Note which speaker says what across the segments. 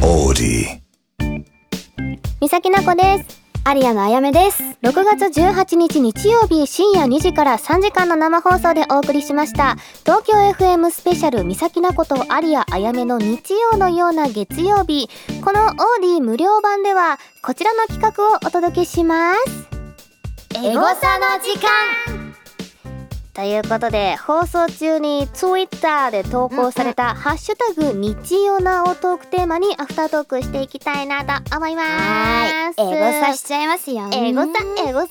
Speaker 1: body.
Speaker 2: 三崎奈子ですアリアのあやめです6月18日日曜日深夜2時から3時間の生放送でお送りしました東京 FM スペシャル三崎奈子とアリアあやめの日曜のような月曜日このオーディ無料版ではこちらの企画をお届けしますエゴサの時間ということで放送中に Twitter で投稿された「ハッシュタグ日曜な」をトークテーマにアフタートークしていきたいなと思いま
Speaker 3: は
Speaker 2: す
Speaker 3: ーい。エゴサしちゃいますよ。
Speaker 2: エゴサエゴサ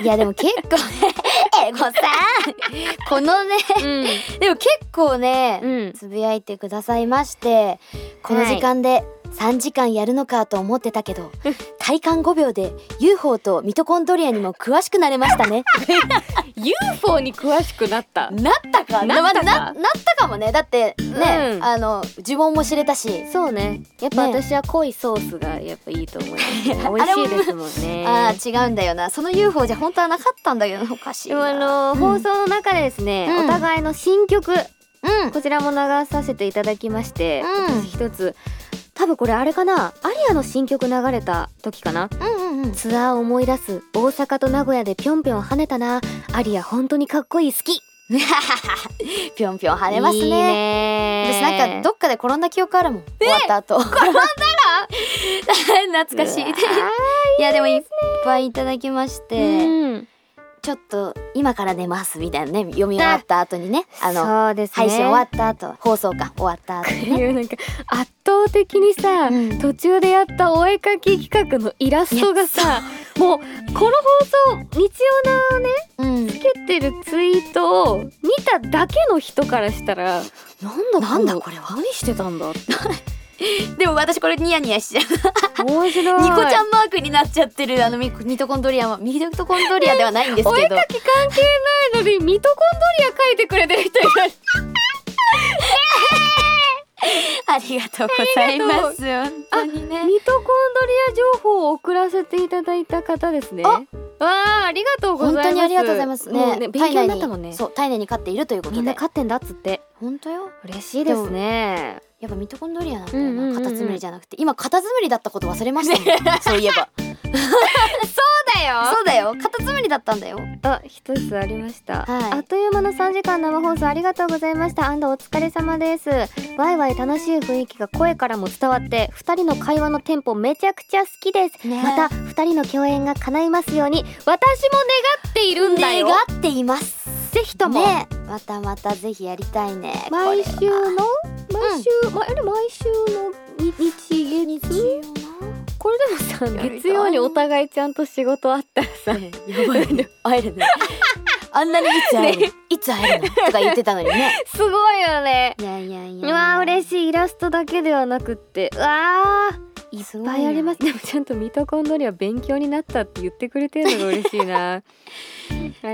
Speaker 3: いやでも結構ね、エゴサこのね、
Speaker 2: うん、
Speaker 3: でも結構ね、
Speaker 2: うん
Speaker 3: つぶやいてくださいまして、この時間で3時間やるのかと思ってたけど、体感5秒で UFO とミトコンドリアにも詳しくなれましたね。
Speaker 4: UFO に詳しくなった
Speaker 3: なったか
Speaker 4: なったか
Speaker 3: ななったかもね。だってね、
Speaker 4: うん
Speaker 3: あの呪文も知れたし。
Speaker 4: そうねやっぱ
Speaker 3: ね
Speaker 4: 私は濃いソースがやっぱいいと思い ます、
Speaker 3: も
Speaker 4: 美味しいですもん ね
Speaker 3: あー違うんだよなその UFO じゃ本当はなかったんだけどおかしい
Speaker 4: でも
Speaker 3: な
Speaker 4: あの、放送の中でですね、
Speaker 3: うん
Speaker 4: お互いの新曲
Speaker 3: うん
Speaker 4: こちらも流させていただきまして、
Speaker 3: うん
Speaker 4: 私一つ多分これあれかなアリアの新曲流れた時かな
Speaker 3: うんうんうん
Speaker 4: ツアーを思い出す大阪と名古屋でぴょんぴょん跳ねたなアリア本当にかっこいい好き
Speaker 3: ぴょんぴょん跳ねますね
Speaker 4: いいね
Speaker 3: 私なんかどっかで転んだ記憶あるもん終わった後転んだら 懐かしい
Speaker 4: うわ
Speaker 3: いやでもいっぱいいただきまして
Speaker 4: うん
Speaker 3: ちょっと今から寝ますみたいなね読み終わった後にねあの
Speaker 4: そうですね
Speaker 3: 配信終わった後放送か終わった後に
Speaker 4: って
Speaker 3: ね
Speaker 4: いうなんか圧倒的にさ、
Speaker 3: うん
Speaker 4: 途中でやったお絵描き企画のイラストがさもうこの放送日曜なね
Speaker 3: うん
Speaker 4: つけてるツイートを見ただけの人からしたらなんだ
Speaker 3: なんだ
Speaker 4: の
Speaker 3: これは
Speaker 4: 何してたんだって
Speaker 3: でも私これニヤニヤしちゃう
Speaker 4: 面白い
Speaker 3: ニコちゃ
Speaker 4: ん
Speaker 3: んマークになっちゃってるあのミミトコンドリアはミトコンドリアではないんです
Speaker 4: お絵
Speaker 3: け
Speaker 4: 描き
Speaker 3: ど
Speaker 4: 関係ないのにミトコンドリア描いてくれてる人いる
Speaker 3: ありがとうございます本当にね
Speaker 4: ミトコンドリア情報を送らせていただいた方ですね。
Speaker 3: あ
Speaker 4: わあ、ありがとうご
Speaker 3: 本
Speaker 4: ざいます。
Speaker 3: 当にありがとうございます
Speaker 4: もう
Speaker 3: ね
Speaker 4: ね、勉強になったもん
Speaker 3: 体内
Speaker 4: ね
Speaker 3: に。そう体内に飼っているということ
Speaker 4: みんな
Speaker 3: で
Speaker 4: 勝ってんだっつって。
Speaker 3: 本当よ
Speaker 4: 嬉しいですね。
Speaker 3: やっぱミトコンドリアなんだよ
Speaker 4: うんうんうんうん
Speaker 3: なカタツムリじゃなくて今カタツムリだったこと忘れましたもんそういえば
Speaker 4: だよ
Speaker 3: そうだよカタツムリだったんだよ
Speaker 4: あ、一つありました、
Speaker 3: はい
Speaker 4: あっという間の3時間生放送ありがとうございました。アンドお疲れ様です。ワイワイ楽しい雰囲気が声からも伝わって、二人の会話のテンポめちゃくちゃ好きです。
Speaker 3: ねえ
Speaker 4: また二人の共演が叶いますように、私も願っているんだよ。
Speaker 3: 願っています
Speaker 4: ぜひとも。
Speaker 3: ねまたまたぜひやりたいね
Speaker 4: 毎週の
Speaker 3: 毎
Speaker 4: 毎週、まあれ毎週の日
Speaker 3: 日
Speaker 4: 月
Speaker 3: 曜
Speaker 4: これでもさ
Speaker 3: やりたい
Speaker 4: 月曜にお互いちゃんと仕事あったらさ
Speaker 3: ねやばいね会えるね あんなにいつ会えるのいつ会えるのとか言ってたのにね
Speaker 4: すごいよね
Speaker 3: いやいやいう
Speaker 4: わー嬉
Speaker 3: し
Speaker 4: しいイラストだけではなくってうわー
Speaker 3: いいっ
Speaker 4: いっぱいありますでもちゃんとミトコンドリア勉強になったって言ってくれてるのが嬉しい なあ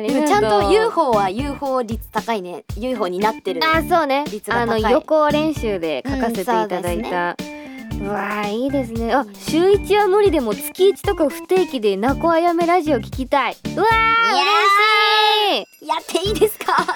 Speaker 4: りがと
Speaker 3: でも
Speaker 4: う
Speaker 3: ちゃんと UFO は UFO 率高いね UFO になってる
Speaker 4: あそうね
Speaker 3: 率が
Speaker 4: あ
Speaker 3: 高
Speaker 4: の
Speaker 3: い
Speaker 4: 予行練習で書かせていただいた、うわーいいですねあ週1は無理でも月1とか不定期でなこあやめラジオ聞きたいうわー嬉しい
Speaker 3: やっていいですか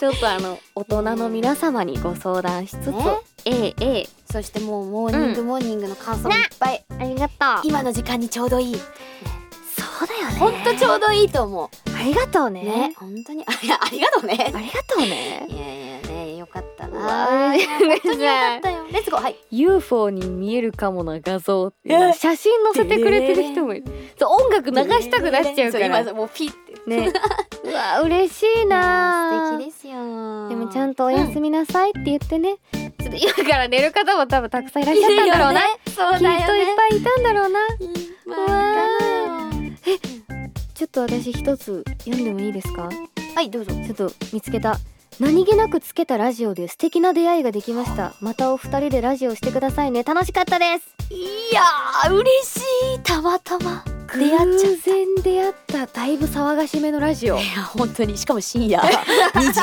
Speaker 4: ちょっとあの大人の皆様にご相談しつつ、
Speaker 3: ね
Speaker 4: ええええ
Speaker 3: そしてもうモーニングモーニングの感想もいっぱい、
Speaker 4: ありがとう
Speaker 3: 今の時間にちょうどいい
Speaker 4: そうだよね
Speaker 3: ほんとちょうどいいと思
Speaker 4: ありがとう
Speaker 3: う
Speaker 4: ね
Speaker 3: ね本当にあ いやありがとうね
Speaker 4: ありがとうね
Speaker 3: いやいやねよかった
Speaker 4: う
Speaker 3: な
Speaker 4: わ
Speaker 3: 本
Speaker 4: ー
Speaker 3: 当によかった よレッツゴーはい
Speaker 4: UFO に見えるかもな画像っていう
Speaker 3: え
Speaker 4: の写真載せてくれてる人もいるそう音楽流したくなっちゃうから
Speaker 3: そ今もうピッて
Speaker 4: ね うわ嬉しいな
Speaker 3: 素
Speaker 4: あ
Speaker 3: 敵ですよ
Speaker 4: でもちゃんとおやすみなさいって言ってね、ちょっと今から寝る方も多分たくさんいらっしゃったんだろうな、
Speaker 3: そう
Speaker 4: きっといっぱいいたんだろうな
Speaker 3: ぱ
Speaker 4: いちょっと私一つ読んでもいいですか
Speaker 3: はいどうぞ
Speaker 4: ちょっと見つけた何気なくつけたラジオで素敵な出会いができましたまたお二人でラジオしてくださいね楽しかったです
Speaker 3: いやー嬉しいたまたま出会っちゃっ
Speaker 4: 偶然出会っただいぶ騒がしめのラ ジオ
Speaker 3: たいや本当にしかも深 夜2時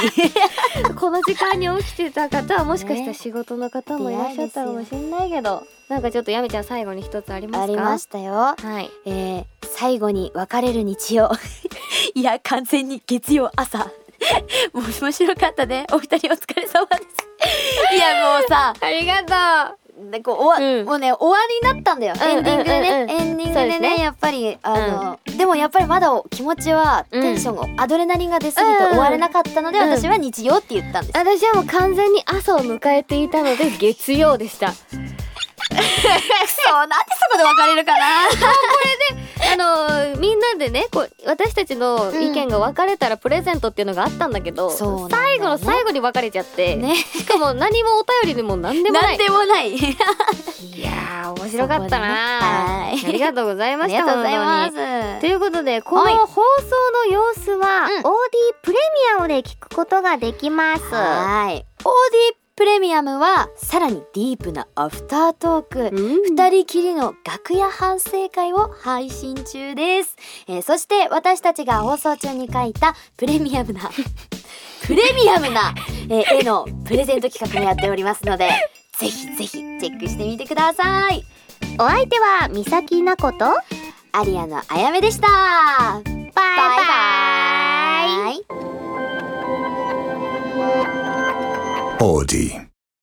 Speaker 4: この時間に起きてた方はもしかしたら仕事の方もいらっしゃったかもしれないけど、なんかちょっとやめちゃん最後に一つありますか
Speaker 3: ありましたよ
Speaker 4: はい
Speaker 3: えー、最後に別れる日曜 いや完全に月曜 朝もう面白かったねお二人お疲れ様です いやもうさ
Speaker 4: ありがとう
Speaker 3: でこう終わ、
Speaker 4: うん
Speaker 3: もうね終わりになったんだよ、
Speaker 4: うん
Speaker 3: エンディングでね、
Speaker 4: うんうんうん
Speaker 3: エンディング
Speaker 4: そうで
Speaker 3: ですね
Speaker 4: ね
Speaker 3: やっぱりあの、でもやっぱりまだ気持ちは
Speaker 4: うん
Speaker 3: テンションを、アドレナリンが出すぎて終われなかったので、
Speaker 4: うん
Speaker 3: 私は日曜って言ったんです、
Speaker 4: 私はもう完全に朝を迎えていたの で月曜でしたあ
Speaker 3: く そなんでそこで別れるかな
Speaker 4: のーみんなでねこう私たちの意見が分かれたらプレゼントっていうのがあったんだけど、
Speaker 3: そうなんだよね
Speaker 4: 最後の最後に分かれちゃって、
Speaker 3: ね
Speaker 4: しかも何もお便りでも何でもな
Speaker 3: なん
Speaker 4: い
Speaker 3: でもない
Speaker 4: いやー面白かったな
Speaker 3: そこでねはい
Speaker 4: ありがとうござい
Speaker 3: あ
Speaker 4: まし
Speaker 3: り
Speaker 4: た
Speaker 3: がとうございます
Speaker 4: 本当にということでこ
Speaker 3: はい
Speaker 4: の放送の様子は、
Speaker 3: うん
Speaker 2: OD プレミアムで聞くことができます
Speaker 3: はい OD プレミアムはさらにディープなアフタートーク、
Speaker 4: うん
Speaker 3: 二人きりの楽屋反省会を配信中です、えーそして私たちが放送中に書いたプレミア ムなプレミアムな、えー絵のプレゼント企画もやっておりますのでぜひぜひチェックしてみてください
Speaker 2: お相手は美咲なことバイ
Speaker 3: アリアのあやめでしたバイ
Speaker 2: バイ
Speaker 3: バイ
Speaker 1: Audi.